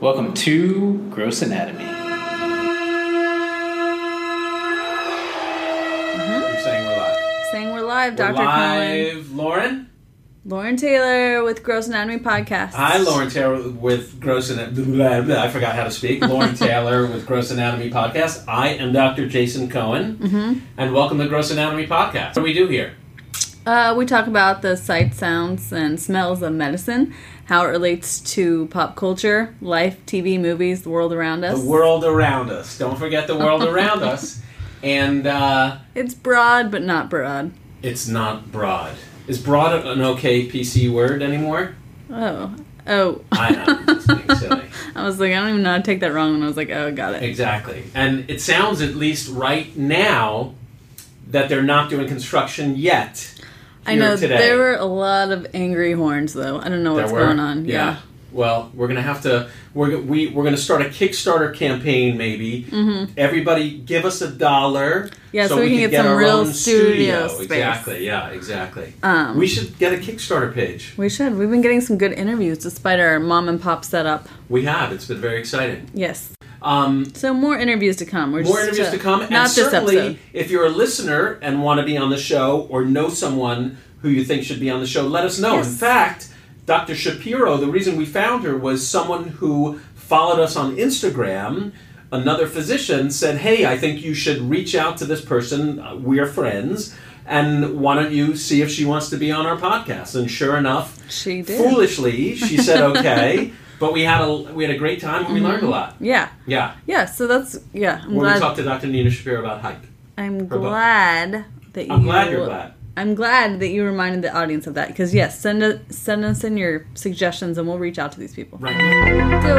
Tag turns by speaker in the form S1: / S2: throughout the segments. S1: Welcome to Gross Anatomy.
S2: You're saying we're live.
S3: Saying we're live,
S2: We're
S3: Dr. Cohen.
S2: live, Lauren.
S3: Lauren Taylor with Gross Anatomy Podcast.
S2: Hi, Lauren Taylor with Gross Anatomy. Blah, blah, I forgot how to speak. Lauren Taylor with Gross Anatomy Podcast. I am Dr. Jason Cohen,
S3: Mhm.
S2: and welcome to Gross Anatomy Podcast. What do we do here?
S3: Uh, we talk about the sights, sounds, and smells of medicine, how it relates to pop culture, life, TV, movies, the world around us.
S2: The world around us. Don't forget the world around us. And uh,
S3: It's broad, but not broad.
S2: it's not broad. Is broad an okay PC word anymore?
S3: Oh. Oh.
S2: I know. It's being silly.
S3: I was like, I don't even know how to take that wrong. And I was like, oh, got it.
S2: Exactly. And it sounds, at least right now, that they're not doing construction yet.
S3: I
S2: here
S3: know
S2: today.
S3: there were a lot of angry horns, though. I don't know
S2: There
S3: what's
S2: were?
S3: going on. Yeah.
S2: Well, we're gonna have to. We're go- we, we're gonna start a Kickstarter campaign, maybe.
S3: Mhm.
S2: Everybody, give us a dollar.
S3: Yeah, so, we, can get,
S2: get
S3: some
S2: our
S3: real
S2: own
S3: studio, space.
S2: Exactly. Yeah. Exactly.
S3: Um,
S2: we should get a Kickstarter page.
S3: We should. We've been getting some good interviews despite our mom and pop setup.
S2: We have. It's been very exciting.
S3: Yes.
S2: Um,
S3: So more interviews to come. We're
S2: more
S3: just,
S2: interviews
S3: uh,
S2: to come,
S3: Not
S2: and
S3: this
S2: certainly,
S3: episode.
S2: if you're a listener and want to be on the show or know someone who you think should be on the show, let us know. In
S3: Yes.
S2: fact, Dr. Shapiro, the reason we found her was someone who followed us on Instagram. Another physician said, "Hey, I think you should reach out to this person. Uh, We are friends." And why don't you see if she wants to be on our podcast? And sure enough,
S3: She did.
S2: foolishly, she said okay. but we had a we had a great time and we learned
S3: Mm-hmm.
S2: a lot.
S3: Yeah.
S2: Yeah,
S3: Yeah. So that's yeah. I'm
S2: when we
S3: glad.
S2: talked to Dr. Nina Shapiro about hype.
S3: I'm
S2: book.
S3: glad that you.
S2: I'm glad you're glad.
S3: I'm glad that you reminded the audience of that because yes, send us send us in your suggestions and we'll reach out to these people.
S2: Right.
S3: So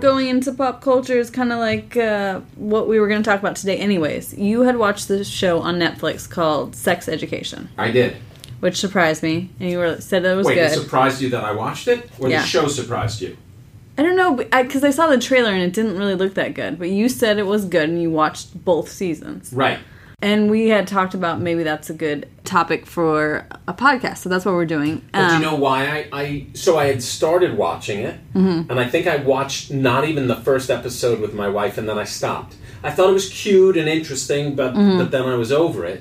S3: going into pop culture is kind of like uh, what we were going to talk about today. Anyways, you had watched this show on Netflix called Sex Education,
S2: I did.
S3: which surprised me, and you were said it was
S2: Wait,
S3: good.
S2: it surprised you that I watched it? Or
S3: Yeah.
S2: the show surprised you?
S3: I don't know, because I, 'cause I saw the trailer and it didn't really look that good. But you said it was good, and you watched both seasons.
S2: Right.
S3: And we had talked about maybe that's a good topic for a podcast, so that's what we're doing.
S2: But do
S3: Um,
S2: you know why I, I. So I had started watching it,
S3: Mm-hmm.
S2: and I think I watched not even the first episode with my wife, and then I stopped. I thought it was cute and interesting, but,
S3: Mm-hmm.
S2: but then I was over it.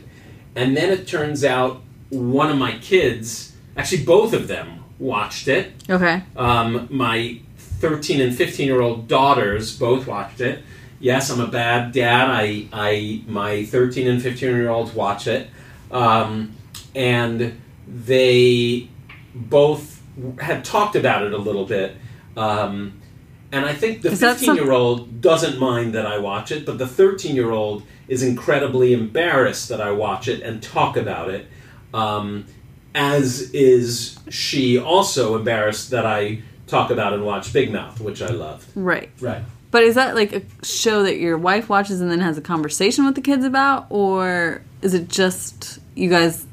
S2: And then it turns out one of my kids, actually, both of them, watched it.
S3: okay,
S2: Um, my 13 and 15 year old daughters both watched it. Yes, I'm a bad dad. I, I my 13 and 15 year olds watch it, um, and they both had talked about it a little bit. Um, and I think the
S3: Is that
S2: 15
S3: some-
S2: year old doesn't mind that I watch it, but the 13 year old is incredibly embarrassed that I watch it and talk about it. Um, as is she also embarrassed that I talk about and watch Big Mouth, which I loved.
S3: right.
S2: Right.
S3: But is that like a show that your wife watches and then has a conversation with the kids about, or is it just you guys,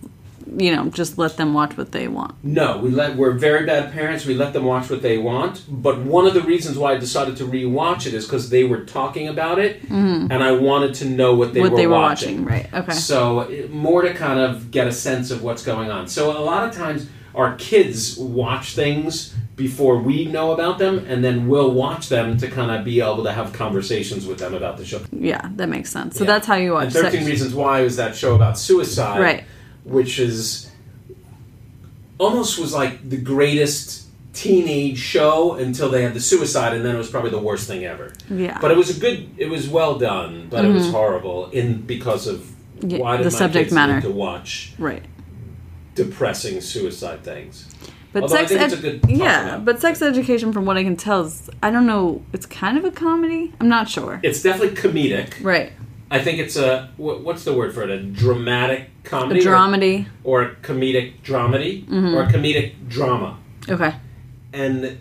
S3: you know, just let them watch what they want?
S2: No, we let we're very bad parents. We let them watch what they want. But one of the reasons why I decided to rewatch it is because they were talking about it, and I wanted to know what they,
S3: Mm-hmm. what
S2: were,
S3: they were
S2: watching.
S3: watching, right? Okay.
S2: So it- more to kind of get a sense of what's going on. So a lot of times our kids watch things before we know about them, and then we'll watch them to kind of be able to have conversations with them about the show.
S3: Yeah, that makes sense. So
S2: Yeah.
S3: that's how you watch
S2: And Thirteen
S3: Sex-
S2: Reasons Why was that show about suicide,
S3: Right.
S2: Which is almost was like the greatest teenage show until they had the suicide, and then it was probably the worst thing ever.
S3: Yeah.
S2: But it was a good. It was well done, but it was horrible in because of
S3: Mm-hmm. Yeah,
S2: why did
S3: the
S2: my
S3: subject
S2: kids need
S3: matter.
S2: to watch
S3: right.
S2: depressing suicide things.
S3: But
S2: Although I
S3: sex,
S2: think
S3: ed-
S2: it's a good topic
S3: yeah.
S2: now.
S3: But sex education, from what I can tell, is I don't know. It's kind of a comedy. I'm not sure.
S2: It's definitely comedic.
S3: Right,
S2: I think it's a wha- what's the word for it? A dramatic
S3: a Mm-hmm.
S2: comedy, or-
S3: dramedy.
S2: or, a comedic dramedy, or a comedic drama.
S3: Okay,
S2: And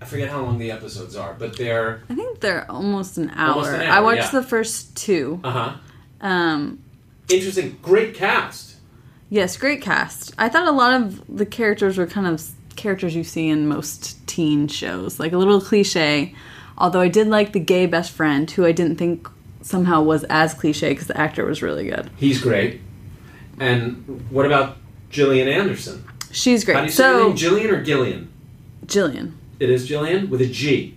S2: I forget how long the episodes are, but they're
S3: I think they're almost an hour.
S2: Almost an hour,
S3: I watched
S2: yeah.
S3: the first two.
S2: uh huh
S3: Um,
S2: interesting. Great cast.
S3: yes, great cast. I thought a lot of the characters were kind of s- characters you see in most teen shows, like a little cliche. Although I did like the gay best friend, who I didn't think somehow was as cliche because the actor was really good.
S2: He's great. And what about Gillian Anderson?
S3: She's
S2: How do
S3: great.
S2: you say her
S3: So
S2: name? Gillian or Gillian?
S3: Jillian.
S2: It is Gillian with a G.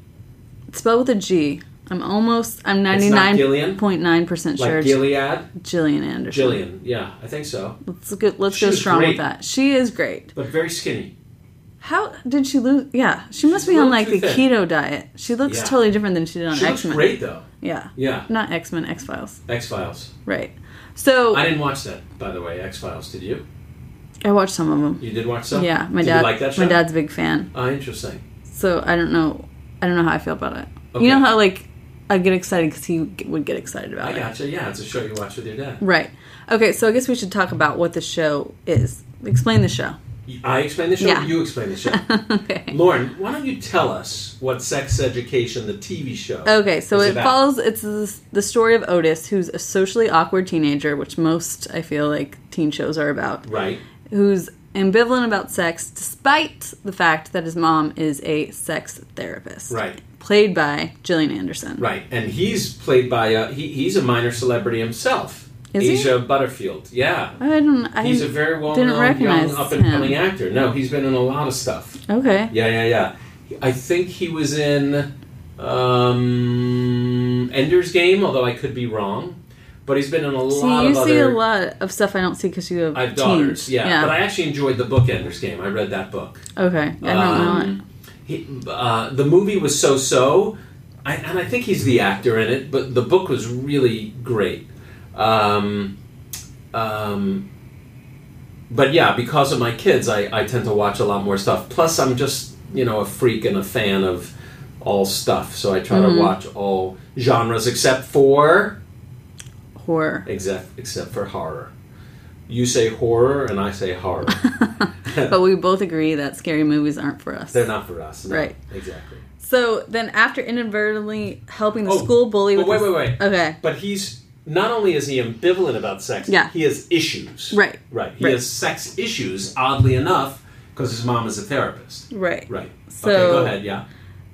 S3: It's spelled with a G. I'm almost. I'm
S2: It's not Gillian?
S3: 99.9 percent
S2: Like
S3: sure. it's
S2: Gilead?
S3: Gillian Anderson.
S2: Jillian, yeah, I think so.
S3: Let's go. Let's
S2: She
S3: go
S2: was
S3: strong
S2: great.
S3: with that. She is great.
S2: But very skinny.
S3: How did she lose? Yeah, she must
S2: She's
S3: be
S2: a
S3: on
S2: little
S3: like
S2: too
S3: the
S2: thin.
S3: keto diet. She looks
S2: Yeah.
S3: totally different than she did on
S2: She
S3: X
S2: looks
S3: Men.
S2: great though.
S3: Yeah,
S2: Yeah,
S3: not X Men, X Files.
S2: X Files.
S3: Right. So
S2: I
S3: I,
S2: didn't watch that, by the way. X Files. Did you?
S3: watched some of them.
S2: You did watch some?
S3: Yeah, my
S2: Did you
S3: dad.
S2: like that show?
S3: my dad's a big fan.
S2: Ah, interesting.
S3: So I don't know. I don't know how I feel about it.
S2: Okay.
S3: You know how like I get excited because he g- would get excited about
S2: I
S3: it.
S2: gotcha. Yeah, it's a show you watch with your dad.
S3: Right. Okay. So I guess we should talk about what the show is. Explain the show.
S2: I explain the show.
S3: Yeah.
S2: You explain the show.
S3: okay.
S2: Lauren, why don't you tell us what Sex Education, the TV show?
S3: Okay, so
S2: is
S3: it
S2: about?
S3: follows. It's this- the story of Otis, who's a socially awkward teenager, which most I feel like teen shows are about,
S2: Right.
S3: who's ambivalent about sex, despite the fact that his mom is a sex therapist,
S2: Right.
S3: played by Gillian Anderson.
S2: Right. And he's played by a, he, he's a minor celebrity himself.
S3: Is he?
S2: Asia Butterfield. Yeah.
S3: I don't. I
S2: He's a very well
S3: didn't
S2: known young
S3: recognize
S2: up and coming
S3: him.
S2: actor. No, he's been in a lot of stuff.
S3: okay.
S2: Yeah, yeah, yeah. He- I think he was in um, Ender's Game, although I could be wrong. But he's been in a lot
S3: See, you
S2: of
S3: see
S2: other.
S3: a lot of stuff I don't see because you have
S2: I have
S3: teens.
S2: daughters, yeah.
S3: yeah.
S2: But I actually enjoyed the book Ender's Game. I read that book.
S3: okay. I don't know. It.
S2: Um, he- uh, the movie was so so, I, and I think he's the actor in it, but the book was really great. Um, um, but yeah, because of my kids, I, I tend to watch a lot more stuff. Plus, I'm just, you know, a freak and a fan of all stuff. So I try
S3: Mm-hmm.
S2: to watch all genres except for
S3: Horror.
S2: except except for horror. You say horror and I say horror.
S3: but we both agree that scary movies aren't for us.
S2: They're not for us. no.
S3: Right.
S2: Exactly.
S3: So then, after inadvertently helping the
S2: Oh,
S3: school bully
S2: but
S3: with
S2: wait,
S3: his-
S2: wait, wait.
S3: okay,
S2: But he's not only is he ambivalent about sex,
S3: Yeah.
S2: he has issues.
S3: Right.
S2: Right. He
S3: Right.
S2: has sex issues, oddly enough, because his mom is a therapist.
S3: right.
S2: Right. okay,
S3: So-
S2: go ahead, yeah.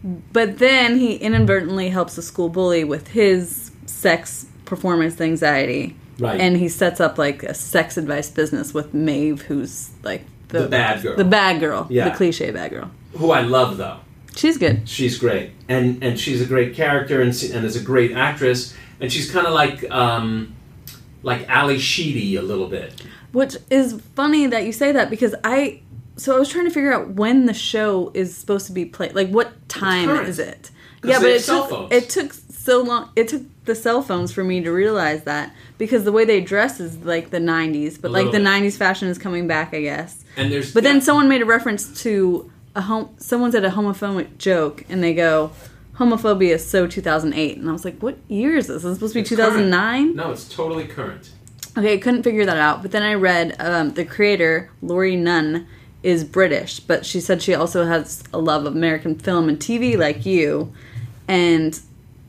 S3: But then he inadvertently helps the school bully with his sex performance anxiety,
S2: Right.
S3: and he sets up like a sex advice business with Maeve, who's like the,
S2: The bad girl.
S3: the bad girl,
S2: Yeah.
S3: the cliche bad girl.
S2: Who I love though.
S3: She's good.
S2: She's great. And and she's a great character and se- and is a great actress. And she's kinda like um like Ali Sheedy a little bit.
S3: Which is funny that you say that because I. So I was trying to figure out when the show is supposed to be played. Like, what time
S2: current.
S3: is it?
S2: 'Cause
S3: Yeah,
S2: they
S3: but
S2: have
S3: it
S2: cell
S3: took,
S2: phones.
S3: it took so long. It took the cell phones for me to realize that because the way they dress is like the '90s, but
S2: A
S3: like
S2: little
S3: the
S2: bit.
S3: '90s fashion is coming back, I guess.
S2: And there's
S3: But then someone made a reference to a home. Someone said a homophobic joke, and they go, "Homophobia is so 2008," and I was like, "What year is this? Is this supposed to be
S2: It's current.
S3: 2009?"
S2: No, it's totally current.
S3: Okay, I couldn't figure that out. But then I read um, the creator, Laurie Nunn, is British, but she said she also has a love of American film and TV like you, and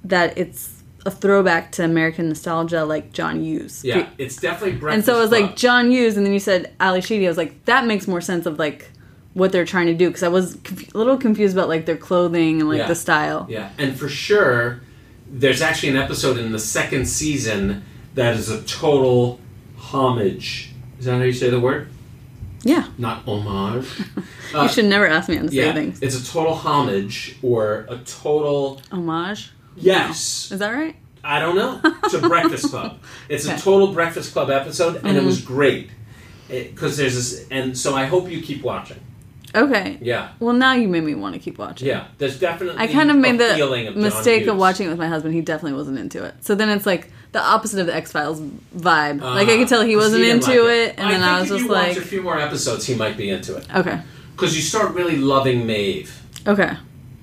S3: that it's a throwback to American nostalgia like John Hughes.
S2: Yeah. It's definitely
S3: And
S2: breakfast.
S3: so it was
S2: Club.
S3: like John Hughes, and then you said Ali Sheedy. I was like, that makes more sense of like what they're trying to do because I was conf- a little confused about like their clothing and like
S2: Yeah.
S3: the style.
S2: Yeah, and for sure, there's actually an episode in the second season that is a total homage. Is that how you say the word?
S3: Yeah.
S2: Not homage. Uh,
S3: you should never ask me how to say
S2: yeah,
S3: things.
S2: it's a total homage or a total
S3: Homage.
S2: yes.
S3: Is that right?
S2: I don't know to Breakfast Club. It's a
S3: Okay. Mm-hmm.
S2: total Breakfast Club episode, and it was great because there's this. And so I hope you keep watching.
S3: Okay.
S2: Yeah,
S3: Well, now you made me want to keep watching.
S2: yeah. There's definitely
S3: I kind of
S2: a
S3: made
S2: feeling of
S3: the
S2: John
S3: mistake of
S2: Hughes.
S3: watching it with my husband. He definitely wasn't into it. So then it's like the opposite of the X Files vibe.
S2: Ah,
S3: like I could tell he
S2: 'cause
S3: wasn't
S2: didn't
S3: into
S2: like
S3: it, and then
S2: think
S3: I was
S2: if
S3: just
S2: you
S3: like,
S2: watch a few more episodes, he might be into it
S3: okay,
S2: because you start really loving Maeve,
S3: okay,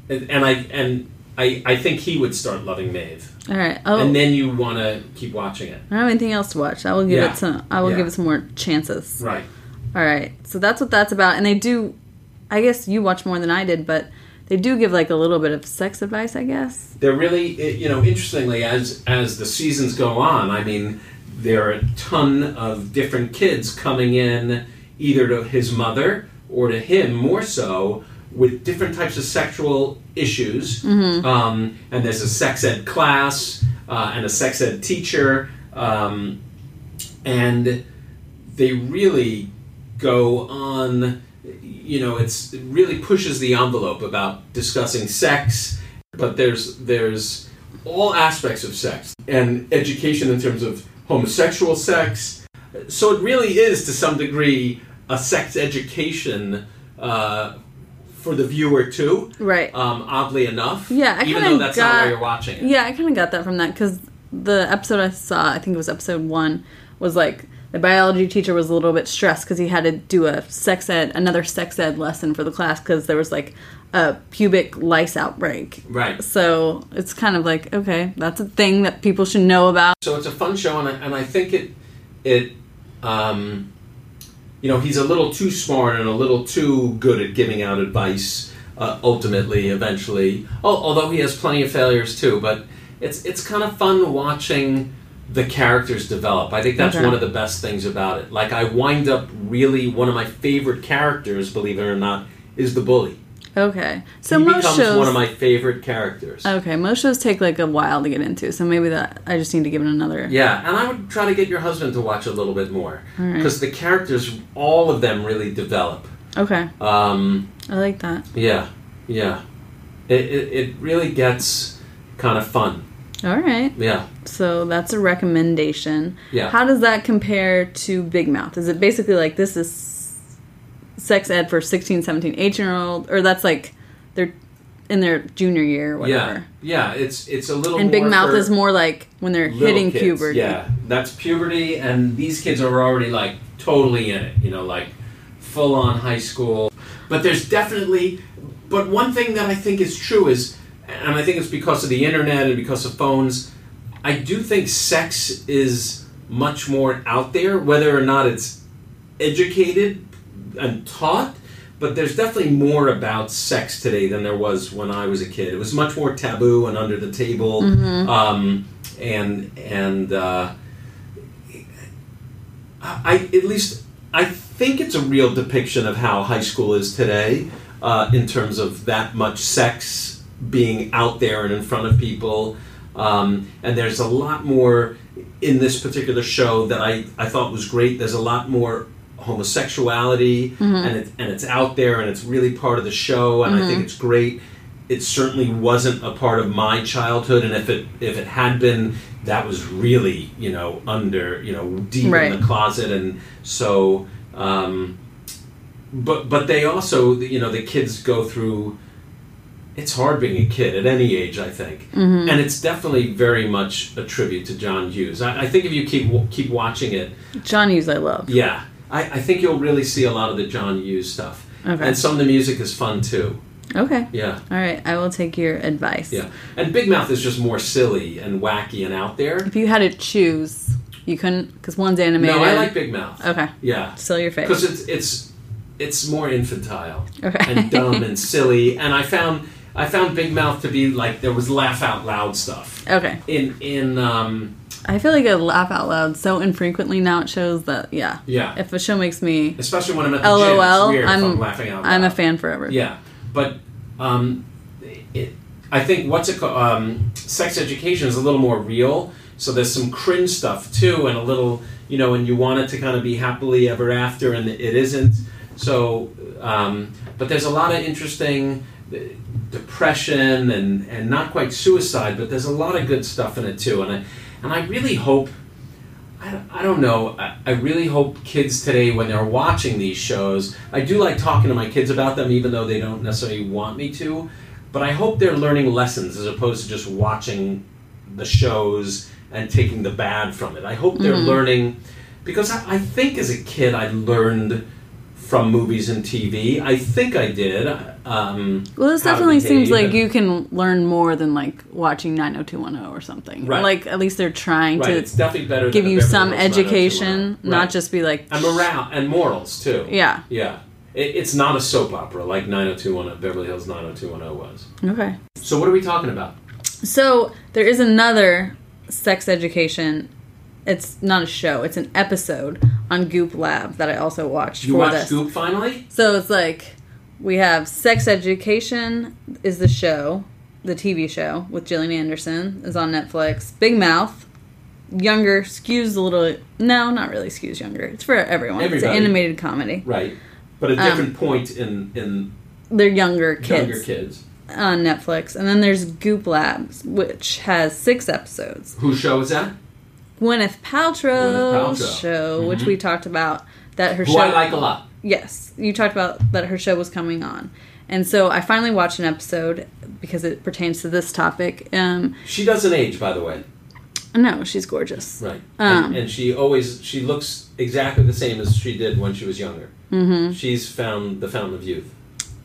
S2: and, and I and I I think he would start loving Maeve,
S3: all right. Oh,
S2: and then you want to keep watching it.
S3: I don't have anything else to watch. I will give
S2: Yeah.
S3: it some. I will
S2: Yeah.
S3: give it some more chances.
S2: Right.
S3: All right. So that's what that's about. And they do. I guess you watch more than I did, but they do give like a little bit of sex advice. I guess.
S2: They're really i- you know interestingly as as the seasons go on. I mean, there are a ton of different kids coming in either to his mother or to him more so with different types of sexual issues. Um, and there's a sex ed class uh, and a sex ed teacher. Um, and they really go on you know it's it really pushes the envelope about discussing sex but there's there's all aspects of sex and education in terms of homosexual sex. So it really is to some degree a sex education uh, for the viewer too.
S3: Right.
S2: Um, oddly enough.
S3: Yeah, I
S2: even
S3: kinda
S2: though that's not why
S3: got-
S2: you're watching it.
S3: Yeah, I kind of got that from that because the episode I saw, I think it was episode one, was like the biology teacher was a little bit stressed because he had to do a sex ed, another sex ed lesson for the class because there was like a pubic lice outbreak.
S2: Right.
S3: So it's kind of like, okay, that's a thing that people should know about.
S2: So it's a fun show, and I, and I think it it um, you know he's a little too smart and a little too good at giving out advice. Uh, ultimately, eventually, Al although he has plenty of failures too, but it's it's kind of fun watching the characters develop. I think that's
S3: Okay.
S2: one of the best things about it. Like I wind up really one of my favorite characters, believe it or not, is the bully.
S3: Okay. So
S2: he
S3: most
S2: becomes
S3: shows.
S2: one of my favorite characters.
S3: okay, most shows take like a while to get into, so maybe that I just need to give it another.
S2: Yeah, and I would try to get your husband to watch a little bit more
S3: Alright.
S2: because the characters, all of them, really develop.
S3: Okay,
S2: Um,
S3: I like that.
S2: yeah, yeah, it, it it really gets kind of fun.
S3: All right.
S2: Yeah,
S3: So that's a recommendation.
S2: Yeah.
S3: How does that compare to Big Mouth? Is it basically like this is sex ed for 16, 17, 18 year old, or that's like they're in their junior year or
S2: yeah,
S3: whatever?
S2: yeah. It's it's a little.
S3: And Big
S2: more
S3: Mouth
S2: for
S3: is more like when they're
S2: little
S3: hitting
S2: kids.
S3: puberty.
S2: Yeah, that's puberty, and these kids are already like totally in it. You know, like full on high school. But there's definitely. But one thing that I think is true is, and I think it's because of the internet and because of phones, I do think sex is much more out there, whether or not it's educated and taught. But there's definitely more about sex today than there was when I was a kid. It was much more taboo and under the table, um, and and uh, I I- at least I think it's a real depiction of how high school is today uh, in terms of that much sex being out there and in front of people. Um, and there's a lot more in this particular show that I, I thought was great. There's a lot more homosexuality and, it, and it's out there and it's really part of the show and I think it's great. It certainly wasn't a part of my childhood and if it if it had been that was really, you know, under, you know, deep in
S3: Right.
S2: the closet and so um, but but they also you know the kids go through it's hard being a kid at any age i think
S3: Mm-hmm.
S2: and it's definitely very much a tribute to john hughes i, I think if you keep wa- keep watching it
S3: John Hughes, I love.
S2: yeah I, I think you'll really see a lot of the john hughes stuff
S3: Okay.
S2: and some of the music is fun too
S3: Okay.
S2: yeah
S3: All right. I will take your advice.
S2: yeah and big mouth is just more silly and wacky and out there
S3: If you had to choose, you couldn't, because one's animated.
S2: no i like big mouth
S3: Okay.
S2: yeah
S3: Still your favorite.
S2: because it's it's it's more infantile
S3: Okay.
S2: and dumb and silly. And I found I found Big Mouth to be like there was laugh out loud stuff
S3: okay.
S2: in in um,
S3: I feel like I laugh out loud so infrequently now. It shows that, yeah.
S2: yeah,
S3: If a show makes me,
S2: especially when I'm at the gym. It's
S3: LOL,
S2: weird if
S3: I'm-
S2: I'm laughing out.
S3: I'm a
S2: loud.
S3: fan forever.
S2: Yeah, but um, it, I think what's it called? Um, sex education is a little more real. So there's some cringe stuff too, and a little, you know, and you want it to kind of be happily ever after, and it isn't. So, um, but there's a lot of interesting uh, depression and and not quite suicide, but there's a lot of good stuff in it too, and I and I really hope. I don't- I don't know. I, I really hope kids today, when they're watching these shows, I do like talking to my kids about them, even though they don't necessarily want me to. But I hope they're learning lessons as opposed to just watching the shows and taking the bad from it. I hope they're
S3: Mm-hmm.
S2: learning because I, I think as a kid I learned from movies and TV. I think I did. Um,
S3: Well, this
S2: how to
S3: definitely
S2: behave
S3: seems like
S2: and-
S3: you can learn more than like watching 90210 or something.
S2: Right.
S3: Like at least they're trying
S2: Right, it's
S3: to
S2: definitely better.
S3: give
S2: than a
S3: you
S2: Beverly
S3: some
S2: Hills 90210.
S3: education, not
S2: oh. Right.
S3: just be like
S2: and morale and morals too.
S3: Yeah.
S2: Yeah. It, it's not a soap opera like 90210, Beverly Hills 90210 was.
S3: Okay.
S2: So what are we talking about?
S3: So there is another sex education. It's not a show. It's an episode on Goop Lab that I also watched
S2: You
S3: for
S2: watch
S3: this.
S2: Scoop finally?
S3: So it's like we have Sex Education is the show, the TV show with Gillian Anderson is on Netflix. Big Mouth, younger, skews a little. No, not really skews younger. It's for everyone. It's
S2: Everybody.
S3: an animated comedy.
S2: Right. But a different point in in
S3: They're younger Um, kids.
S2: younger kids.
S3: on Netflix, and then there's Goop Labs, which has six episodes.
S2: Whose show is that?
S3: Gwyneth Paltrow's
S2: Paltrow. Mm-hmm.
S3: show, which we talked about that her
S2: Who
S3: show.
S2: I like a lot.
S3: Yes, you talked about that her show was coming on, and so I finally watched an episode because it pertains to this topic. Um,
S2: She doesn't age, by the way.
S3: no, she's gorgeous.
S2: Right.
S3: Um.
S2: and, and she always she looks exactly the same as she did when she was younger. Mm-hmm. She's found the fountain of youth.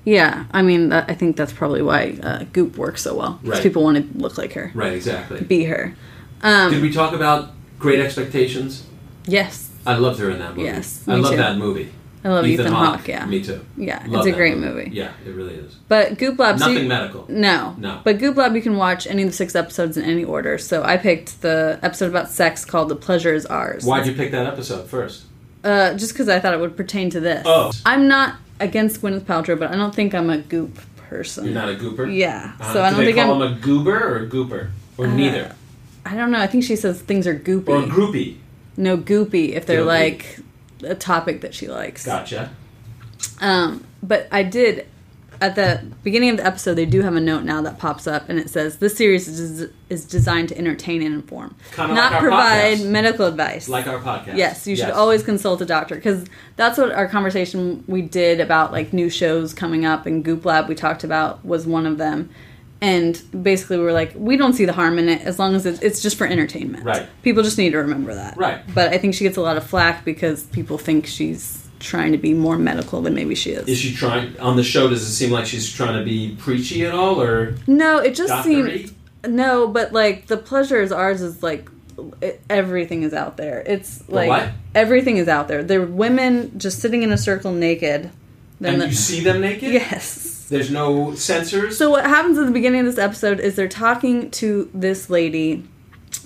S3: Yeah, I mean, that, I think that's probably why uh, Goop works so well because
S2: Right.
S3: people want to look like her,
S2: Right. Exactly.
S3: be her. Um.
S2: Did we talk about Great Expectations?
S3: Yes,
S2: I loved her in that movie.
S3: Yes,
S2: I
S3: me
S2: love
S3: too.
S2: that movie.
S3: I love Ethan, Hawke.
S2: Hawke.
S3: Yeah,
S2: Me too.
S3: yeah,
S2: Love
S3: it's a
S2: that
S3: great movie.
S2: Yeah, it really is.
S3: But Goop Labs,
S2: Nothing
S3: you-
S2: medical.
S3: No.
S2: No.
S3: But Goop Lab, you can watch any of the six episodes in any order. So I picked the episode about sex called The Pleasure is Ours.
S2: Why'd you pick that episode first?
S3: Uh, just because I thought it would pertain to this.
S2: Oh.
S3: I'm not against Gwyneth Paltrow, but I don't think I'm a Goop person.
S2: You're not a gooper.
S3: Yeah.
S2: Uh,
S3: so I
S2: do
S3: don't
S2: they
S3: think
S2: call
S3: I'm. Uh,
S2: him a goober or a gooper or neither
S3: I don't know. I think she says things are goopy.
S2: or a groupie.
S3: no, goopy if they're
S2: Goopy.
S3: like a topic that she likes.
S2: Gotcha.
S3: Um, but I did at the beginning of the episode. They do have a note now that pops up, and it says this series is, is designed to entertain and inform,
S2: Kinda like
S3: not
S2: our
S3: provide
S2: podcast.
S3: medical advice.
S2: Like our podcast.
S3: yes, you should always consult a doctor because that's what our conversation we did about like new shows coming up and Goop Lab we talked about was one of them. And basically, we were like, we don't see the harm in it as long as it's, it's just for entertainment.
S2: Right.
S3: People just need to remember that.
S2: Right.
S3: But I think she gets a lot of flack because people think she's trying to be more medical than maybe she is.
S2: Is she trying on the show? Does it seem like she's trying to be preachy at all, or
S3: No, it just
S2: doctory?
S3: seemed no, but like the pleasure is ours is like it, everything is out there. It's like
S2: what?
S3: everything is out there. There were women just sitting in a circle naked. Then
S2: and
S3: the-
S2: you see them naked?
S3: yes.
S2: There's no censors.
S3: So what happens at the beginning of this episode is they're talking to this lady,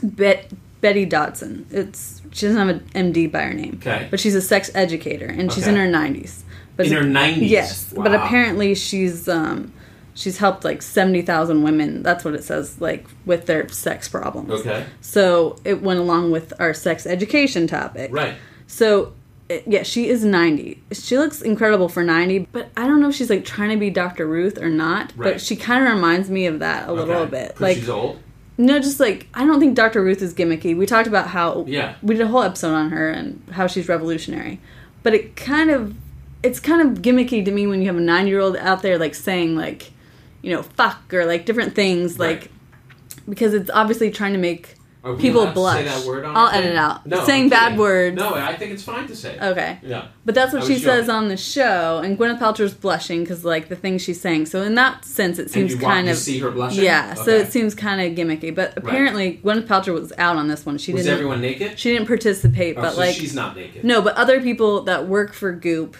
S3: Bet- Betty Dodson. It's she doesn't have an MD by her name,
S2: Okay.
S3: but she's a sex educator and she's in
S2: Okay.
S3: her nineties. But
S2: in her nineties.
S3: Yes, but apparently she's um she's helped like 70,000 women. That's what it says like with their sex problems.
S2: Okay.
S3: So it went along with our sex education topic.
S2: Right.
S3: So it, yeah, she is 90. She looks incredible for 90, but I don't know if she's like trying to be Dr. Ruth or not, but
S2: Right.
S3: she kind of reminds me of that a little
S2: Okay.
S3: bit.
S2: 'Cause
S3: Like
S2: she's old.
S3: no, just like I don't think Dr. Ruth is gimmicky. We talked about how
S2: Yeah.
S3: we did a whole episode on her and how she's revolutionary, but it kind of it's kind of gimmicky to me when you have a nine year old out there like saying like you know fuck or like different things
S2: Right.
S3: like because it's obviously trying to make
S2: Are we
S3: people
S2: allowed to
S3: blush.
S2: Say that word on
S3: I'll
S2: our thing?
S3: edit it out.
S2: No,
S3: saying
S2: I'm
S3: bad
S2: kidding.
S3: words.
S2: No, I think it's fine to say. it.
S3: Okay.
S2: Yeah.
S3: But that's
S2: I was
S3: what she says
S2: joking.
S3: on the show, and Gwyneth Paltrow's blushing because like the things she's saying. So in that sense, it
S2: And
S3: seems
S2: you want
S3: kind
S2: to
S3: of
S2: see her blushing.
S3: yeah, so
S2: Okay.
S3: it seems kind of gimmicky, but apparently Gwyneth Paltrow was out on this one. She
S2: was
S3: didn't.
S2: everyone naked?
S3: She didn't participate,
S2: Oh,
S3: but
S2: so
S3: like
S2: she's not naked.
S3: no, but other people that work for Goop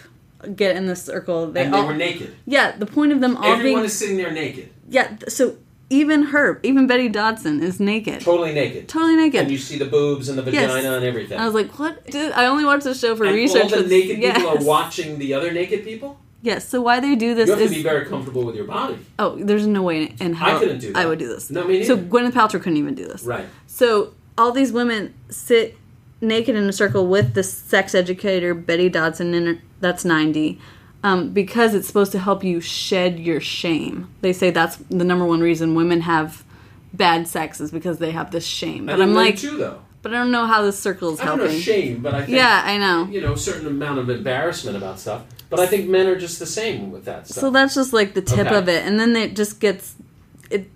S3: get in the circle. They
S2: and
S3: all
S2: they were naked.
S3: yeah. The point of them all
S2: Everyone
S3: being
S2: is sitting there naked,
S3: yeah. th- So even her, even Betty Dodson is naked,
S2: totally naked.
S3: totally
S2: And you
S3: naked.
S2: see the boobs and the
S3: Yes.
S2: vagina and everything.
S3: I was like, what? Did, I only watched the show for
S2: and
S3: research.
S2: all the
S3: but-
S2: naked
S3: yes.
S2: people are watching the other naked people.
S3: Yes. So why they do this
S2: You have
S3: is
S2: to be very comfortable with your body,
S3: oh, there's no way in hell
S2: couldn't do
S3: I
S2: that.
S3: would do this.
S2: No, me
S3: so
S2: neither.
S3: Gwyneth Paltrow couldn't even do this.
S2: right?
S3: So all these women sit naked in a circle with the sex educator Betty Dodson, in her, that's ninety, um, because it's supposed to help you shed your shame. They say that's the number one reason women have bad sex is because they have this shame. But
S2: I think
S3: I'm
S2: men
S3: like,
S2: too though.
S3: but I don't know how this circle is
S2: I don't
S3: helping.
S2: know shame, but I think
S3: yeah, I know.
S2: you know a certain amount of embarrassment about stuff. But I think men are just the same with that stuff.
S3: So that's just like the tip
S2: Okay.
S3: of it, and then it just gets it.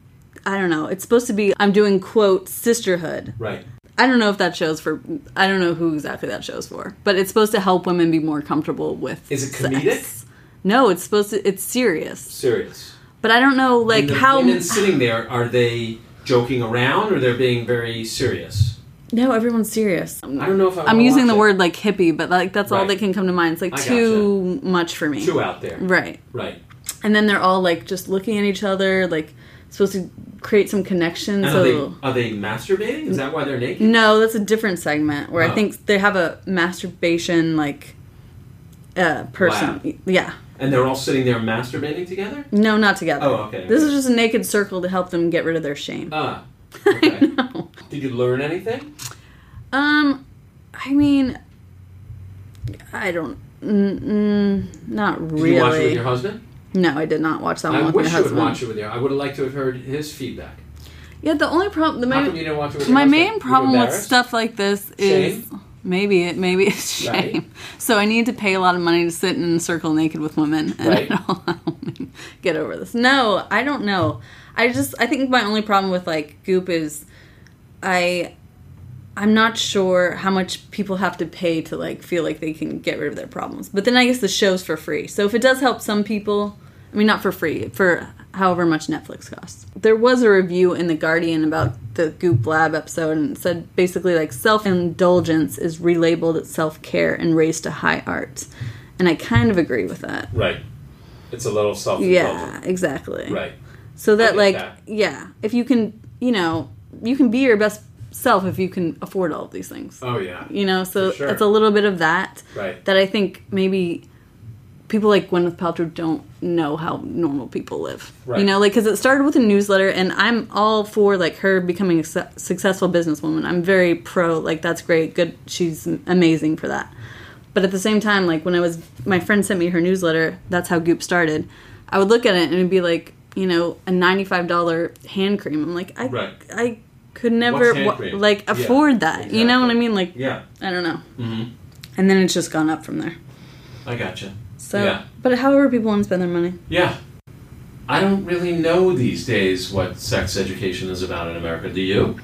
S3: I don't know. It's supposed to be I'm doing quote sisterhood.
S2: right.
S3: I don't know if that shows for. I don't know who exactly that shows for, but it's supposed to help women be more comfortable with.
S2: Is it
S3: sex.
S2: comedic?
S3: No, it's supposed to. It's serious,
S2: Serious.
S3: but I don't know like
S2: and the
S3: how.
S2: women sitting there are they joking around or they're being very serious?
S3: No, everyone's serious.
S2: I don't know if I
S3: I'm
S2: wanna
S3: using the
S2: watch
S3: word like hippie, but like that's all
S2: Right.
S3: that can come to mind. It's like
S2: I gotcha.
S3: too much for me.
S2: it. two out there.
S3: Right,
S2: Right.
S3: and then they're all like just looking at each other, like supposed to create some connection.
S2: And
S3: so.
S2: are they are they masturbating? Is that why they're naked?
S3: No, that's a different segment where I
S2: Oh.
S3: think they have a masturbation like uh, person. Yeah,
S2: And they're all sitting there masturbating together?
S3: no, not together.
S2: Oh, okay.
S3: This is just a naked circle to help them get rid of their shame.
S2: Ah. Okay.
S3: No.
S2: Did you learn anything?
S3: Um, I mean, I don't. Mm, mm, not
S2: Did you watch it with
S3: really.
S2: your husband?
S3: No, I did not watch that one
S2: I
S3: with
S2: wish
S3: my
S2: you would
S3: husband.
S2: watch it with you. I would have liked to have heard his feedback.
S3: Yeah, the only problem, the
S2: How come
S3: main,
S2: you didn't watch it with your
S3: my
S2: husband? Were
S3: main
S2: you
S3: problem with
S2: embarrassed?
S3: stuff like this is maybe it maybe it's shame.
S2: Right.
S3: So I need to pay a lot of money to sit in a circle naked with women, and
S2: Right.
S3: I don't get over this. No, I don't know. I just I think my only problem with like Goop is I I'm not sure how much people have to pay to like feel like they can get rid of their problems. But then I guess the show's for free. So if it does help some people, I mean not for free, for however much Netflix costs. There was a review in the Guardian about the Goop Lab episode and it said basically like self-indulgence is relabeled as self-care and raised to high art. And I kind of agree with that.
S2: Right. It's a little self
S3: Yeah, exactly.
S2: Right.
S3: So that
S2: get
S3: like
S2: that.
S3: yeah, if you can, you know, you can be your best self if you can afford all of these things
S2: Oh, yeah.
S3: you know so
S2: For sure.
S3: it's a little bit of that
S2: Right.
S3: that i think maybe people like gwyneth paltrow don't know how normal people live
S2: Right.
S3: you know like because it started with a newsletter and i'm all for like her becoming a su- successful businesswoman i'm very pro like that's great good she's amazing for that but at the same time like when i was my friend sent me her newsletter that's how goop started i would look at it and it'd be like you know a $95 hand cream i'm like i,
S2: Right.
S3: I could never
S2: hand
S3: wa-
S2: cream?
S3: like
S2: Yeah,
S3: afford that you know what i
S2: exactly.
S3: mean like
S2: Yeah.
S3: I don't know.
S2: Mhm.
S3: And then it's just gone up from there.
S2: I gotcha.
S3: So,
S2: Yeah.
S3: but however people want to spend their money,
S2: Yeah. I don't really know these days what sex education is about in America. Do you?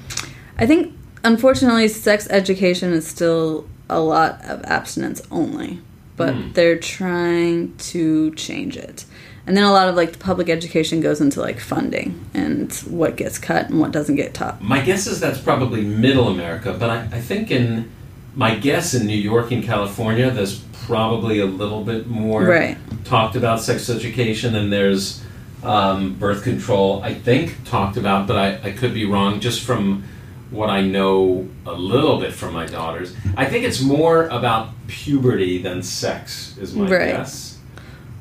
S3: I think unfortunately, sex education is still a lot of abstinence only, but
S2: Hmm.
S3: they're trying to change it. And then a lot of like the public education goes into like funding and what gets cut and what doesn't get taught.
S2: My guess is that's probably middle America, but I, I think in my guess in New York and California, there's probably a little bit more
S3: Right.
S2: talked about sex education, and there's um, birth control. I think talked about, but I, I could be wrong. Just from what I know a little bit from my daughters, I think it's more about puberty than sex. Is my
S3: Right.
S2: guess.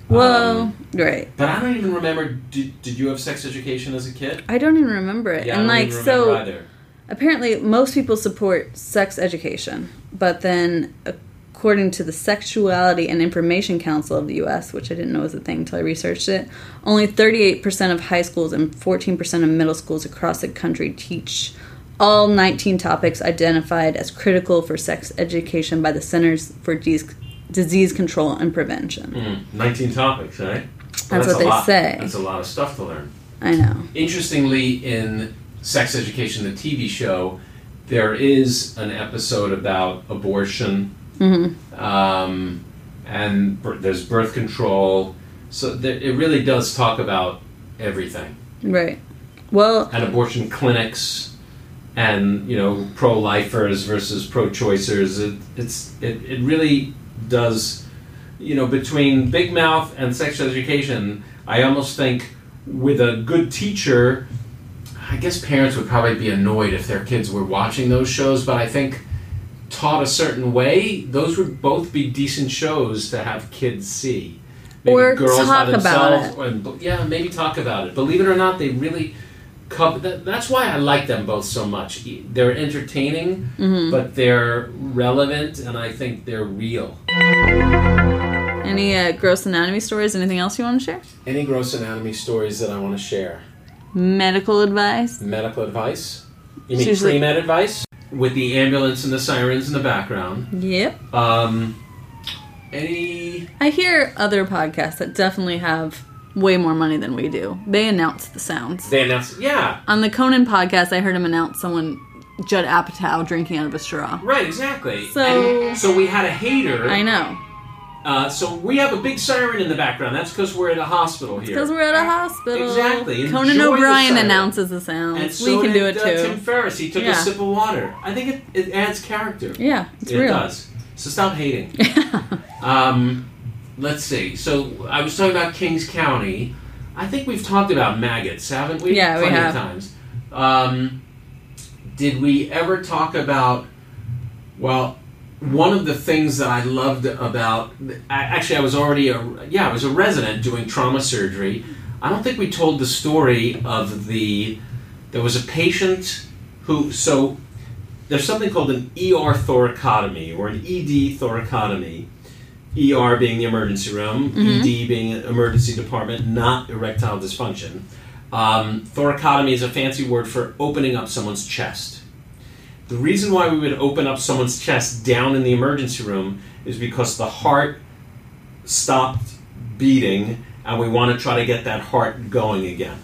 S3: Well,
S2: Um,
S3: right.
S2: but I don't even remember. Did, did you have sex education as a kid?
S3: I don't even remember it.
S2: Yeah,
S3: and
S2: I
S3: like
S2: don't even remember
S3: so
S2: either.
S3: Apparently, most people support sex education, but then, according to the Sexuality and Information Council of the U.S., which I didn't know was a thing until I researched it, only 38% of high schools and 14% of middle schools across the country teach all 19 topics identified as critical for sex education by the Centers for Dis- Disease Control and Prevention.
S2: Mm, 19 topics, right? That's,
S3: what
S2: a
S3: they
S2: lot.
S3: say.
S2: That's a lot of stuff to learn.
S3: I know.
S2: Interestingly, in Sex Education, the TV show, there is an episode about abortion,
S3: Mm-hmm.
S2: um, and bir- there's birth control. So there, it really does talk about everything,
S3: Right. Well,
S2: and abortion clinics, and you know, pro-lifers versus pro-choicers. It, it's it, it really does you know, between Big Mouth and sex education, I almost think with a good teacher, I guess parents would probably be annoyed if their kids were watching those shows, but I think taught a certain way, those would both be decent shows to have kids see.
S3: Or talk about
S2: it. Or, yeah, maybe talk about it. Believe it or not, they really cover. That, that's why I like them both so much. E, They're entertaining,
S3: Mm-hmm.
S2: but they're relevant, and I think they're real.
S3: any uh, gross anatomy stories? Anything else you want to share?
S2: Any gross anatomy stories that I want to share?
S3: Medical advice?
S2: Medical advice? You mean
S3: Seriously.
S2: pre med advice? With the ambulance and the sirens in the background.
S3: Yep.
S2: Um, any.
S3: I hear other podcasts that definitely have way more money than we do. They announce the sounds.
S2: They announced. Yeah,
S3: On the Conan podcast, I heard him announce someone, Judd Apatow, drinking out of a straw.
S2: right, exactly.
S3: So-
S2: And so we had a hater.
S3: I know.
S2: Uh, so we have a big siren in the background. That's because we're at a hospital here.
S3: Because we're at a hospital.
S2: Exactly.
S3: Conan
S2: Enjoy the
S3: O'Brien
S2: siren.
S3: announces the sounds.
S2: and so
S3: we can
S2: did,
S3: do it
S2: uh, Tim
S3: too.
S2: Ferriss, he took
S3: Yeah.
S2: a sip of water. I think it, it adds character.
S3: yeah, it's
S2: it
S3: real.
S2: does. So stop hating. Um, let's see. So I was talking about Kings County. I think we've talked about maggots, haven't we?
S3: Yeah, we
S2: Plenty
S3: have.
S2: Of times. Um, did we ever talk about? Well, one of the things that I loved about I- actually I was already a yeah I was a resident doing trauma surgery. I don't think we told the story of the there was a patient who so E there's something called an ER E thoracotomy or an ED thoracotomy ER being the emergency room, ED being an emergency department, not erectile dysfunction. Um, thoracotomy is a fancy word for opening up someone's chest. The reason why we would open up someone's chest down in the emergency room is because the heart stopped beating and we want to try to get that heart going again.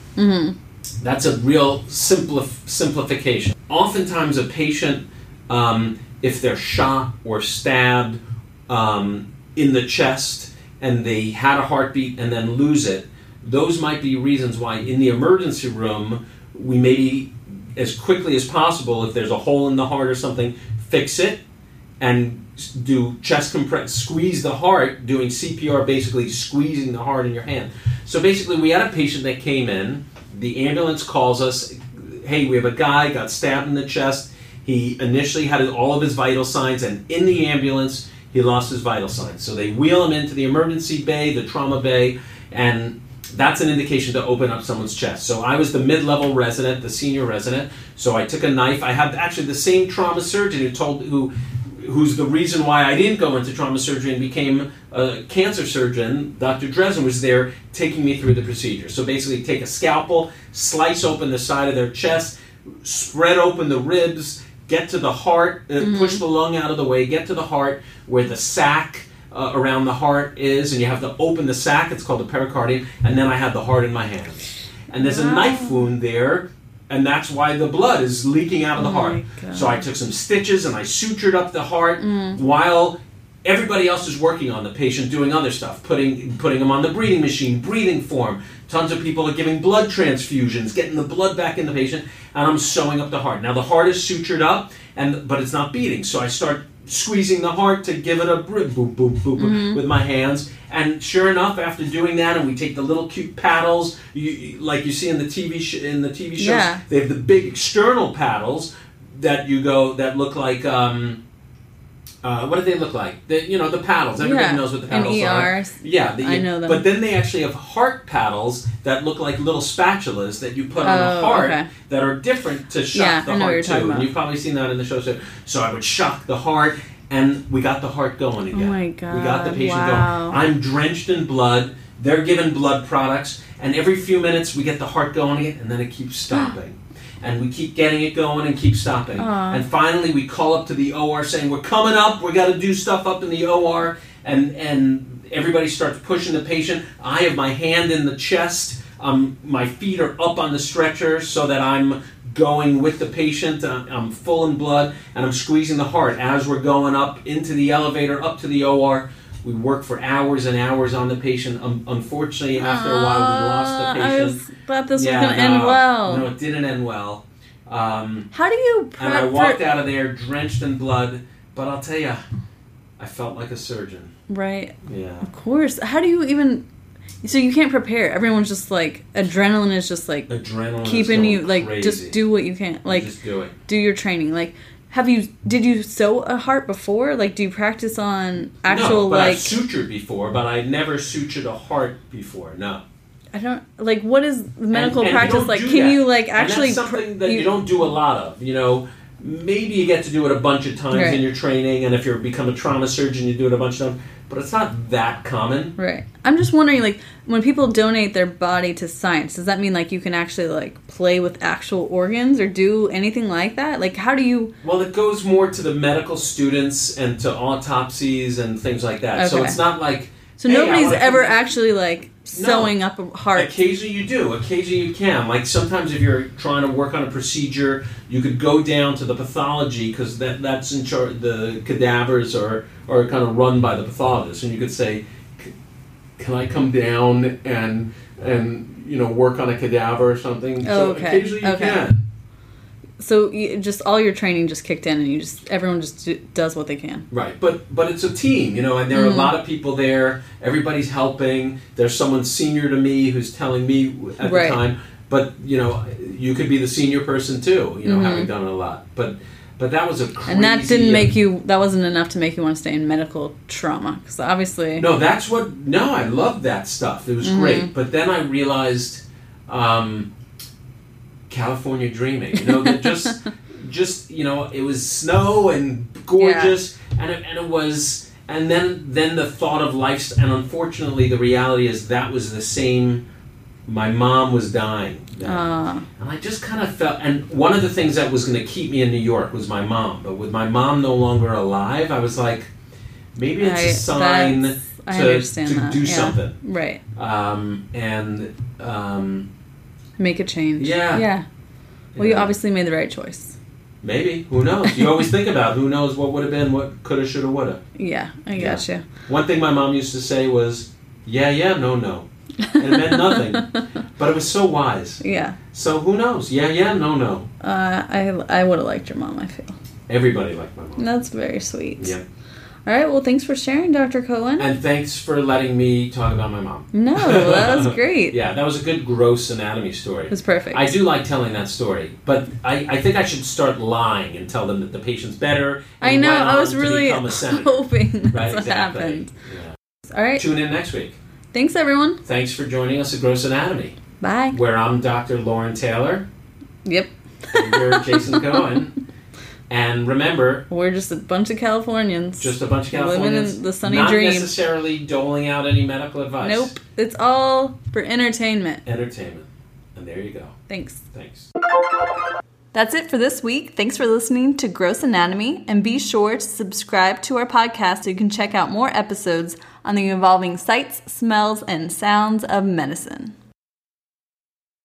S2: That's a real simplif- simplification. Oftentimes, a patient, um, if they're shot or stabbed um, in the chest and they had a heartbeat and then lose it, those might be reasons why in the emergency room we maybe as quickly as possible, if there's a hole in the heart or something, fix it and s- do chest compress, squeeze the heart, doing CPR, basically squeezing the heart in your hand. So basically, we had a patient that came in. The ambulance calls us, hey, we have a guy got stabbed in the chest. He initially had all of his vital signs, and in the ambulance, he lost his vital signs. So they wheel him into the emergency bay, the trauma bay, and that's an indication to open up someone's chest. So I was the mid-level resident, the senior resident. So I took a knife. I had actually the same trauma surgeon who told who who's the reason why I didn't go into trauma surgery and became a cancer surgeon, Dr. Dresden was there taking me through the procedure. So basically, take a scalpel, slice open the side of their chest, spread open the ribs, get to the heart, uh,
S3: Mm-hmm.
S2: push the lung out of the way, get to the heart where the sac. Uh, around the heart is, and you have to open the sac. It's called the pericardium, and then I had the heart in my hands, and there's a
S3: Wow.
S2: knife wound there, and that's why the blood is leaking out of the
S3: Oh
S2: heart.
S3: my God.
S2: So I took some stitches and I sutured up the heart while everybody else is working on the patient doing other stuff, putting putting them on the breathing machine, breathing form. Tons of people are giving blood transfusions, getting the blood back in the patient, and I'm sewing up the heart. Now the heart is sutured up and but it's not beating. So I start squeezing the heart to give it a br- boop boop boop, boop with my hands. And sure enough, after doing that, and we take the little cute paddles, you, like you see in the TV sh- in the TV shows,
S3: Yeah.
S2: they have the big external paddles that you go that look like um, uh, what do they look like? The, you know the paddles. Everybody
S3: Yeah. E
S2: knows what the
S3: And
S2: paddles are.
S3: ERs.
S2: Yeah, the, E
S3: I know them.
S2: But then they actually have heart paddles that look like little spatulas that you put on the
S3: Oh,
S2: heart
S3: okay.
S2: that are different to shock
S3: Yeah,
S2: the
S3: I know what
S2: heart
S3: you're
S2: too.
S3: talking
S2: And
S3: about.
S2: you've probably seen that in the show too. So I would shock the heart, and we got the heart going again.
S3: Oh my
S2: We got the
S3: God,
S2: patient
S3: wow.
S2: going. I'm drenched in blood. They're given blood products, and every few minutes we get the heart going again, and then it keeps stopping. And we keep getting it going and keep stopping.
S3: Aw.
S2: And finally, we call up to the OR saying, We're coming up, we got to do stuff up in the OR. And, and everybody starts pushing the patient. I have my hand in the chest. Um, my feet are up on the stretcher so that I'm going with the patient. I'm, I'm full in blood and I'm squeezing the heart as we're going up into the elevator, up to the OR. We work for hours and hours on the patient. Um, unfortunately, after a while, we lost the
S3: Uh,
S2: patient.
S3: I was, thought this
S2: Yeah,
S3: was going to
S2: no,
S3: end well.
S2: No, it didn't end well. Um,
S3: How do you
S2: and I
S3: prep
S2: walked
S3: for
S2: out of there drenched in blood, but I'll tell you, I felt like a surgeon.
S3: right?
S2: Yeah.
S3: Of course. How do you even? So you can't prepare. Everyone's just like adrenaline is just like
S2: Adrenaline. is
S3: keeping
S2: going
S3: you like
S2: crazy.
S3: just do what you can. Like
S2: just do it.
S3: do your training. Like have you did you sew a heart before? Like do you practice on actual
S2: no, but
S3: like
S2: I've sutured before, but I never sutured a heart before. No.
S3: I don't like what is medical
S2: And- and you
S3: practice
S2: don't
S3: like?
S2: do
S3: Can
S2: that.
S3: you like
S2: And that's
S3: actually
S2: something
S3: pr-
S2: that you, don't do a lot of. You know, maybe you get to do it a bunch of times
S3: Right.
S2: in your training, and if you become a trauma surgeon, you do it a bunch of times. But it's not that common.
S3: Right. I'm just wondering, like, when people donate their body to science, does that mean like you can actually like play with actual organs or do anything like that? Like, how do you?
S2: Well, it goes more to the medical students and to autopsies and things like that. So
S3: Okay.
S2: it's not like
S3: So
S2: Hey, I
S3: nobody's
S2: wanna
S3: ever
S2: come-
S3: actually like sewing up a heart.
S2: Occasionally you do. Occasionally you can. Like sometimes if you're trying to work on a procedure, you could go down to the pathology because that that's in charge. The cadavers are are kind of run by the pathologist, and you could say, "C- "Can I come down and and you know work on a cadaver or something?" so
S3: Okay,
S2: occasionally you
S3: okay.
S2: can.
S3: So you, just all your training just kicked in, and you just everyone just do, does what they can.
S2: Right, but but it's a team, you know, and there
S3: Mm-hmm.
S2: are a lot of people there. Everybody's helping. There's someone senior to me who's telling me w- at
S3: Right.
S2: the time. But you know, you could be the senior person too. You know, having done it a lot. But but that was a crazy
S3: Mm-hmm. And that didn't make you. That wasn't enough to make you want to stay in medical trauma because obviously.
S2: No, that's what. No, I loved that stuff. It was
S3: Mm-hmm.
S2: great. But then I realized um, California dreaming. You know, that just just you know, it was snow and gorgeous, and it, and it was and then then the thought of life's and unfortunately the reality is that was the same. My mom was dying, then.
S3: Uh,
S2: and I just kind of felt. And one of the things that was going to keep me in New York was my mom, but with my mom no longer alive, I was like, maybe it's a
S3: I,
S2: sign to,
S3: that's- I understand
S2: to
S3: that.
S2: do
S3: yeah.
S2: something.
S3: Right.
S2: Um, and um,
S3: Make a change.
S2: Yeah.
S3: Yeah. Well, you
S2: know,
S3: obviously made the right choice.
S2: Maybe. Who knows? You always think about who knows what would have been, what could have, should have, would have.
S3: Yeah, I
S2: Yeah.
S3: gotcha.
S2: One thing my mom used to say was, yeah, yeah, no, no. And it meant nothing. But it was so wise.
S3: Yeah.
S2: So who knows? Yeah, yeah, no, no.
S3: Uh, I, I would have liked your mom, I feel.
S2: Everybody liked my mom.
S3: That's very sweet.
S2: Yeah.
S3: All right, well, thanks for sharing, Dr. Cohen.
S2: And thanks for letting me talk about my mom.
S3: No, that was great.
S2: Yeah, that was a good gross anatomy story.
S3: It was perfect.
S2: I do like telling that story, but I, I think I should start lying and tell them that the patient's better.
S3: I
S2: and
S3: know,
S2: went
S3: I
S2: on
S3: was
S2: to
S3: really
S2: become a senator.
S3: hoping that's
S2: Right,
S3: what
S2: exactly.
S3: happened.
S2: Yeah.
S3: All right,
S2: Tune in next week.
S3: thanks, everyone.
S2: Thanks for joining us at Gross Anatomy,
S3: Bye.
S2: where I'm Dr. Lauren Taylor
S3: Yep,
S2: and you're Jason Cohen. And remember,
S3: we're just a bunch of Californians.
S2: just a bunch of
S3: Living in
S2: Californians
S3: the sunny
S2: not
S3: dream.
S2: necessarily doling out any medical advice.
S3: nope, it's all for entertainment.
S2: Entertainment. And there you go.
S3: Thanks.
S2: Thanks.
S3: That's it for this week. Thanks for listening to Gross Anatomy, and be sure to subscribe to our podcast so you can check out more episodes on the involving sights, smells, and sounds of medicine.